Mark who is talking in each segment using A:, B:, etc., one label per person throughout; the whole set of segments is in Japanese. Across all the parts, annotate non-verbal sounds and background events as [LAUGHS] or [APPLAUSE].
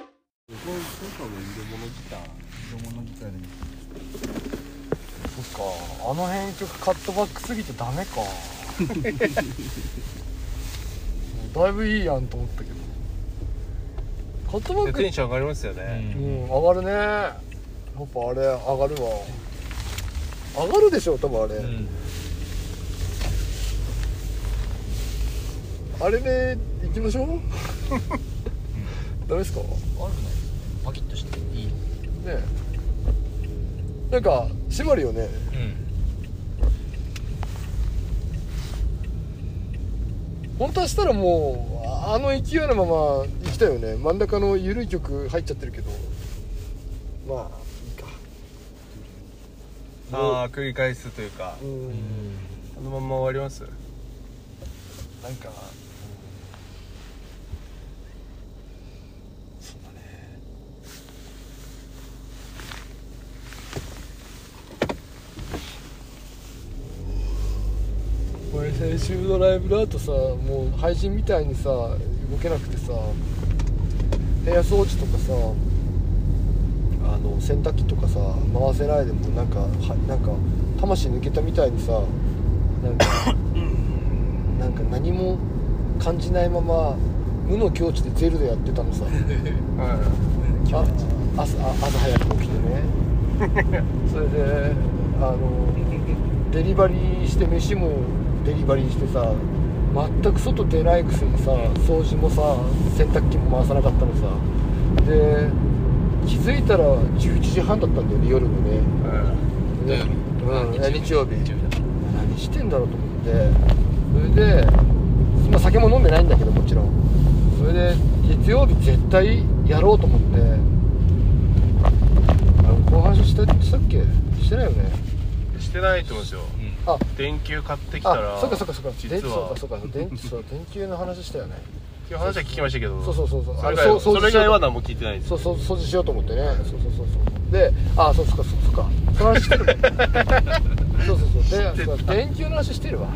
A: これ多分色物ギター
B: 色物ギターでそっかあの辺曲カットバックすぎてダメか [LAUGHS] もうだいぶいいやんと思ったけどカットバック
A: テンション上がりますよね、
B: うん、上がるねやっぱあれ上がるわ上がるでしょ多分あれ、
A: うん
B: あれで行きま
A: [LAUGHS]
B: しょうダメですかね
C: 悪くないですねパキッとしていい
B: えなんか締まるよね本当はしたらもうああの勢いのまま行きたいよね真ん中の緩い曲入っちゃってるけどまあいいか
A: ああ繰り返すというか
B: うん
A: このまま終わります
B: なんか、そうだね俺先週のライブの後さもう配信みたいにさ動けなくてさ部屋掃除とかさあの洗濯機とかさ回せないでもなんかはなんか魂抜けたみたいにさなんかなんか何も感じないまま無の境地でゼルでやってたのさ
A: は
B: あ朝あ朝早く起きてねそれであのデリバリーして飯もデリバリーしてさ全く外出ないくせにさ掃除もさ洗濯機も回さなかったのさで気づいたら11時半だったんだよね夜のね
A: いは
C: 土曜日
B: うん、日曜日
C: 日曜日だから
B: 何してんだろうと思ってそれで、まあ、酒も飲んでないんだけどもちろんそれで月曜日絶対やろうと思ってあのこの話したしたっけしてないよね
A: いしてないと思うんですよ
B: あ
A: 電球買ってきたら
B: あそっかそっかそっか
A: 実
B: 電そう
A: は
B: かそう
A: [LAUGHS]
B: か電池そう電球の話したよね
A: っていう話は聞きましたけど
B: そうそうそうそう
A: それ以
B: あれ
A: 外
B: そう
A: それ以外は何も聞いてないです
B: そうそう掃除しようと思ってねそうそうそうそうであそうそうかそうそうかその話してる
A: [LAUGHS]
B: もんそうそうそうでそうだ電球の話してるわ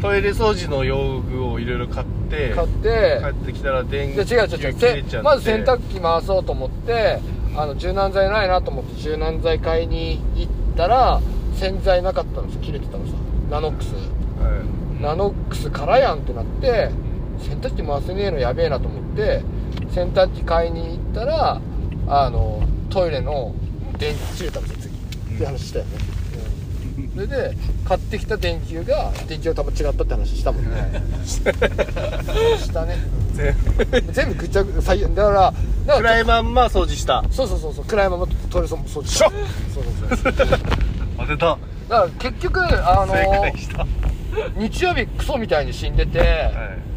A: トイレ掃除の用具をいろいろ買って
B: 買っ
A: 帰
B: て
A: ってきたら電
B: いや
A: 球
B: 違
A: が
B: う違う違う
A: 切れちゃ
B: せ
A: って
B: まず洗濯機回そうと思ってあの柔軟剤ないなと思って柔軟剤買いに行ったら洗剤なかったんです切れてたのさナノックス
A: はい
B: ナノックスからやんってなって洗濯機回せねえのやべえなと思って洗濯機買いに行ったらあのトイレの電気切れたんですよ次って話したよね、うんそれで買ってきた電球が電球がたま違ったって話したもんねしたね
A: 全部
B: 全部ぐちゃぐ最悪だからだから
A: 暗いまんま掃除した
B: そうそうそうそう暗いままトイレ掃除したそうそうそうだか
A: 当てた
B: ら結局あの
A: 正解した
B: 日曜日クソみたいに死んでて、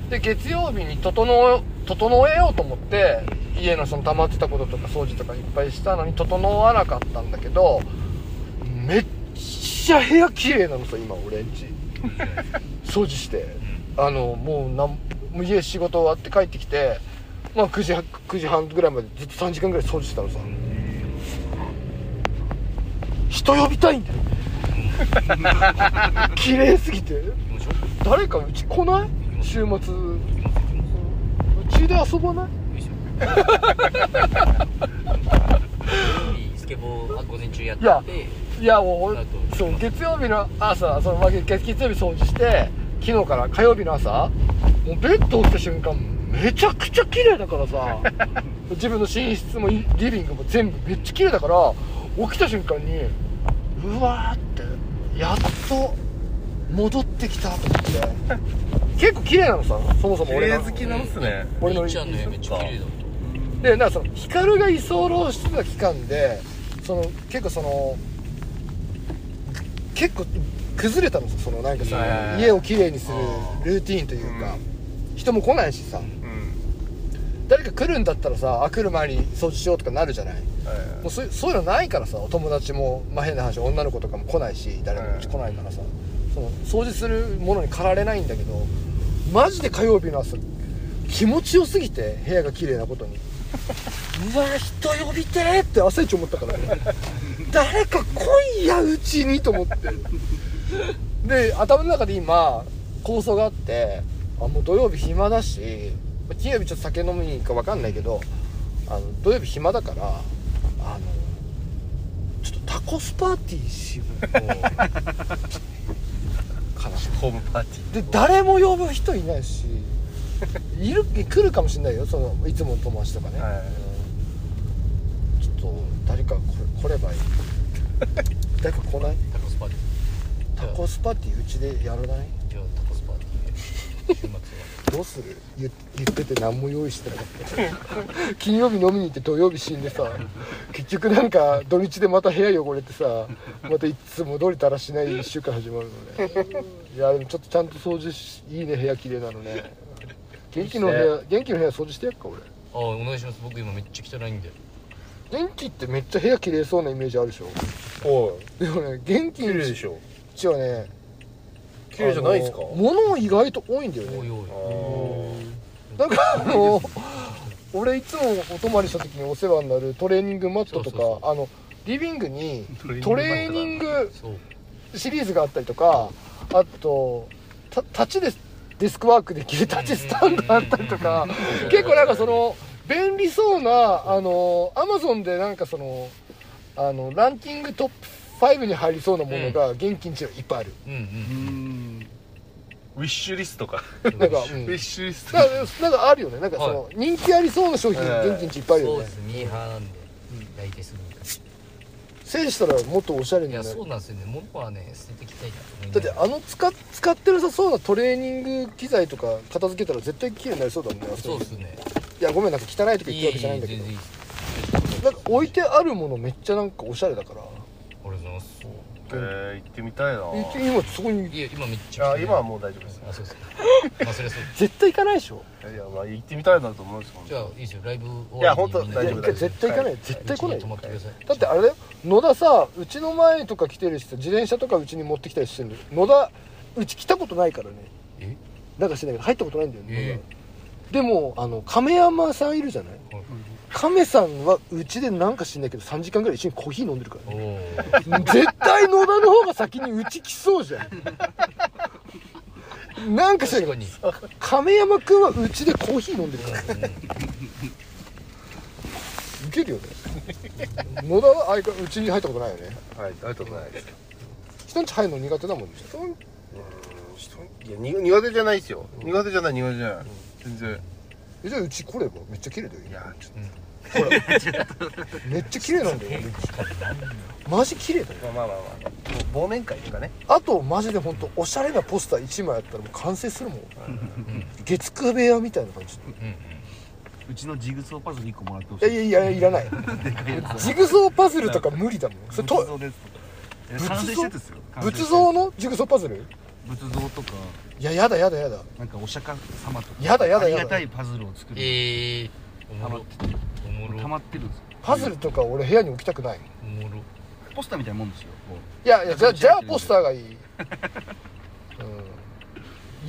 B: で月曜日に整え整えようと思って家のその溜まってたこととか掃除とかいっぱいしたのに整わなかったんだけどめっちゃ部屋綺麗なのさ今俺 [LAUGHS] んち掃除してあのもうなんもう家仕事終わって帰ってきてまあ9時9時半ぐらいまでずっと3時間ぐらい掃除してたのさ人呼びたいんだよ [LAUGHS] 綺麗すぎて
C: 行きましょ
B: 誰かうち来ない週末うちで遊ばないう
C: よいしょ土曜日スケボー午前中や
B: や
C: って
B: いやも
C: だ
B: う
C: と
B: そう月曜日の朝そのまあ月月曜日掃除して昨日から火曜日の朝もうベッド起きた瞬間めちゃくちゃ綺麗だからさ自分の寝室もリリビングも全部めっちゃ綺麗だから起きた瞬間にうわーってやっと戻ってきたと思って結構綺麗なのさそもそも
A: 綺
B: 俺
A: 麗
B: の
A: 好きなんすね
B: 俺の
C: 兄ちゃんの家めっちゃ綺麗だった
B: でなんかその光が居候してた期間でその結構その結構崩れたのさそのなんかその
A: はいはいはい
B: 家をきれいにする
C: あー
B: ルーティーンというか、人も来ないしさ
A: うん
B: 誰か来るんだったらさあ来る前に掃除しようとかなるじゃないも
A: はいう
B: そうそういうのないからさお友達も、まあ、変な話女の子とかも来ないし誰もうち来ないからさその掃除するものに駆られないんだけどマジで火曜日の朝気持ちよすぎて部屋が綺麗なことにうわ人呼びてーって朝一思ったからね [LAUGHS] 誰か来いやうちにと思ってで頭の中で今構想があってあもう土曜日暇だしまあ金曜日ちょっと酒飲みに行くか分かんないけどあの土曜日暇だからあのちょっとタコスパーティーしようかな
A: ホームパーテ
B: で
A: ィ
B: 誰も呼ぶ人いないしいる来るかもしれないよそのいつもの友達とかね、
A: はい
B: うんちょっと誰か来れ来ればいい誰か来 [LAUGHS] ない
C: タコスパーティー
B: タコスパーティーうちでやらない
C: じゃあタコスパーティーで週末は
B: どうする言言ってて何も用意してなかった金曜日飲みに行って土曜日死んでさ結局なんか土日でまた部屋汚れてさまたいつも通りだらしない1週間始まるのねいやでもちょっとちゃんと掃除しいいね部屋綺麗なのね元気の部屋元気の部屋掃除してやっか俺
C: ああお願いします僕今めっちゃ汚いんで
B: 元気ってめっちゃ部屋綺麗そうなイメージあるでしょ
A: ーおい
B: でもね元気
A: 綺麗で
B: ん
A: しょ
B: ちはね
A: 綺麗じゃないですか
B: あの物意外と多いんだよね
C: おいおい
A: あー
B: だからあの俺いつもお泊まりした時にお世話になるトレーニングマットと
C: そ
B: か
C: うそう
B: あのリビングにト
A: ト
B: レー
A: レー
B: ニ
A: ニ
B: ン
A: ン
B: グ
C: そう
B: シリーズがあったりとかあとた立ちでデスクワークできる立ちスタンドあったりと
C: [LAUGHS]
B: か結構なんかその便利そうなあのアマゾンでなんかそのあのランキングトップ5に入りそうなものが現金値はいっぱいある、
C: うんう
A: うんんウィッシュリストか、
B: なんか、う
A: ウ
B: ん、
A: ィッシュリスト
B: なんかなんかあるよねなんかその、人気ありそうな商品
A: はい
B: 現金値いっぱいあるよ
C: そう
B: ね
C: ですミーハーなんで大体すぐに
B: 整理したらもっとおしゃれ
C: い
B: にな
C: や
B: る
C: そうなんですよね物はね捨てていきたいなと思い
B: だ
C: ま
B: って
C: す
B: あの使っ使ってるさそうなトレーニング機材とか片付けたら絶対綺麗になりそうだもんねあこ
C: そうですね
B: いやごめんなんか汚いとか言ってるわけじゃないんだけどなんか置いてあるものめっちゃなんかおしゃれだか
C: あ
B: ら
C: りがとうございます
A: えー、行ってみたいな
B: え今そこに
C: いや今めっちゃ
A: あ今はもう大丈夫です
C: あそうですあそれそう
B: 絶対行かないでしょ
A: いや、まあ、行ってみたいなと思うんですもん
C: じゃあいいですよライブ終わりに
A: いや本当
C: みんない
A: 大
B: や
A: 丈夫
B: 一
A: 大
B: 回
A: 丈夫
B: 絶対行かない
A: は
B: よ絶対来な
C: うちに泊
B: い
C: ま
B: よ
C: ってください
B: だってあれだよ野田さうちの前とか来てる人自転車とかうちに持ってきたりしてるの野田うち来たことないからね
C: え
B: なんかしてないけど入ったことないんだよね
C: え、
B: 野田でもあの亀山さんいるじゃない
C: はい
B: 亀さんはうちでなんか知んないけど3時間ぐらい一緒にコーヒー飲んでるから
C: お
B: ね
C: お
B: 絶対野田の方が先にうち来そうじゃんなんか知らん
C: 確か
B: け
C: に
B: ど亀山君はうちでコーヒー飲んでるからウケるよね野田は相変わらうちに入ったことないよね
A: はい、ありがとうございます
B: 人んち入るの苦手だもんね
A: いやに苦手じゃないですよ苦手じゃない苦手じゃない、全然
B: えじゃあうち来ればめっちゃ綺麗だよ
A: いやちょっ
B: めっちゃ綺麗なんだよ俺うちマジ綺麗だよ
A: とまあまあまあまあ忘年会とかね
B: あとマジで本当おしゃれなポスター1枚あったらもう完成するもん月9部屋みたいな感じ
D: うちのジグソーパズル1個もらってほし
B: い
D: い
B: やいやいやいら
D: [LAUGHS]
B: ないジグソーパズルとか無理だもんそれ
D: 仏像
B: と
D: ですいや
B: 仏像
D: 完成してですよ完成して
B: 仏像のジグソーパズル
D: 仏像とか
B: いややだやだやだ
D: なんかお釈迦様とか
B: やだやだやだ
D: ありがたいパズルを作る、
C: ええお
D: た
C: も
D: ま
C: ろ
D: って
C: おもろ
D: 溜まってるんですよ
B: パズルとか俺部屋に置きたくない
C: おもろ
D: ポスターみたいなもんですよこ
B: いやいやじゃあじゃあポスターがいい、うん、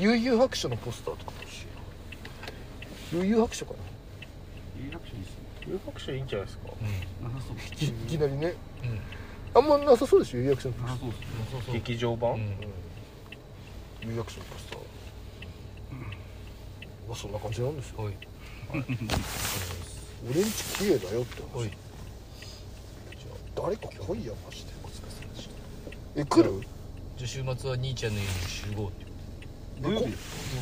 B: 悠々白書のポスターとか欲しいな悠々白書かな
D: う有楽町ですね
A: 有楽書いいんじゃないですか
C: うん
D: なさそう
B: いきいきなりね
C: うん
B: あんまなさそうでしょ有楽町のポ
D: な
B: ス
D: さそうですね
C: そうそう
A: 劇場版、
C: うん
B: ター有楽町のポスター、まあそんな感じなんですよ
C: おい
B: 俺んち綺麗だよって
C: お
B: 話
C: い
B: 誰か来いやマジでえ来る
C: じゃあ週末は兄ちゃんの家に集合って
B: えこ
D: 土曜日で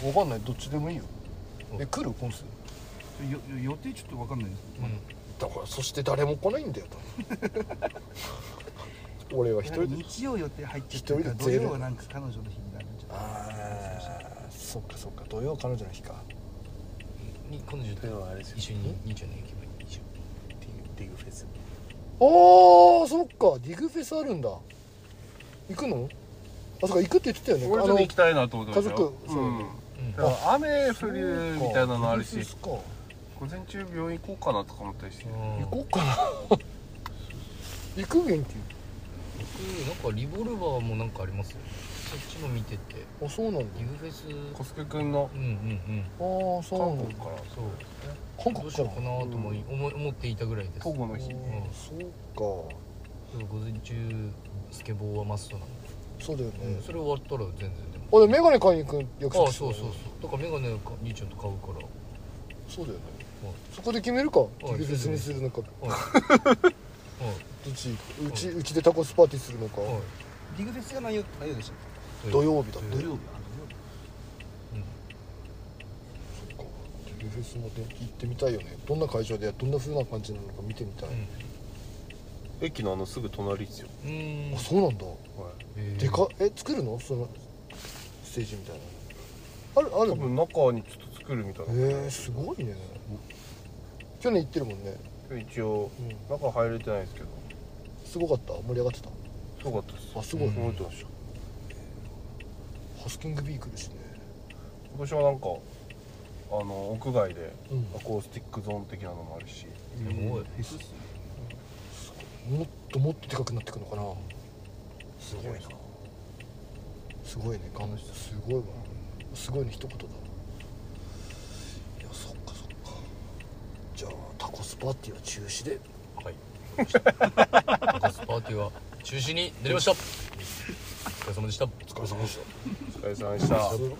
B: わかんないどっちでもいいよ
C: うん
B: え来る今週
D: よよ予定ちょっと分かんないです
B: だからそして誰も来ないんだよ [LAUGHS] 多分俺は一人で
D: 日曜予定入っちゃって
B: 一
D: る
B: 人
D: か
B: で
D: ら土
B: ゼロ
D: 曜はなんか彼女の日になるんじゃない
B: ああそっかそっか土曜彼女の日か
C: うんに彼女
A: というの
C: と
A: はあれですよ
C: 一緒に兄ちゃんの家行けばいいでしょ
A: ディグディグフェス
B: ああそっかディグフェスあるんだ行くのあそっか行くって言ってたよね
A: 俺ちょっと行きたいなと思ってましたよ
B: 家族
A: う
B: そうん
C: うん
A: だから雨降るみたいなのあるし
B: ディグフェスか
A: 午前中病院行こうかなとか思ったりして
B: 行
C: うん
B: こうかな [LAUGHS] 行く元気
C: なんかリボルバーもなんかありますよねそっちも見てて
B: あそうなんだ
C: ユーフェス
A: 小菅君の
C: うんうんうん
B: ああそうな
A: 韓
B: んだ
A: 国から
C: そう
B: 韓
C: ど
B: 国
C: うし
B: か
C: よう
B: ら
C: かなと思い思い思っていたぐらいです
A: 保護の日
C: うん
B: あーそうか
C: でも午前中スケボーはマストなの
B: そうだよね、
C: で、それ終わったら全然でも
B: あでメガネ買いに行く約
C: あ
B: 束
C: あ
B: して
C: そう
B: た
C: そ
B: よ
C: うそうだから眼鏡か兄ちゃんと買うから
B: そうだよねそこで決めるか
C: い
B: ギフェスにするのか
C: はいは
B: どっちうちうちでタコスパーティーするのか
C: いはい
D: リグフェスが何曜何曜でしたっ
B: 土曜日だ土
D: け
B: 曜
D: 日あ
B: ギフェスもで行ってみたいよねどんな会場でどんな風な感じなのか見てみたい、
A: 駅のあのすぐ隣ですよ、
C: うんうん
B: あそうなんだ
A: はい
C: へー
B: でかえ作るのそのステージみたいなあるある
A: 多分中にちょっと作るみたいな感じなん
B: えー、
A: です
B: すごいね去年行ってるもんね、
A: けど一応
B: うん、
A: 中入れてないですけど
B: すごかった盛り上がってた
A: すごかったです
B: あすごい
A: うん覚えてました
B: ハスキングビー来るしね
A: 今年はなんかあの屋外で
B: うん
A: アコースティックゾーン的なのもあるし
C: すごい
D: フェスっすね
B: もっともっとでかくなってくのかなすごいなすごいね感じすごいわすごいね一言だいやそっかそっかじゃあタコスパーティーは中止で
C: はいタコスパーティーは中止になりましたお疲れ様でした
B: お疲れ様でした
A: お疲れ様でした
D: すごいな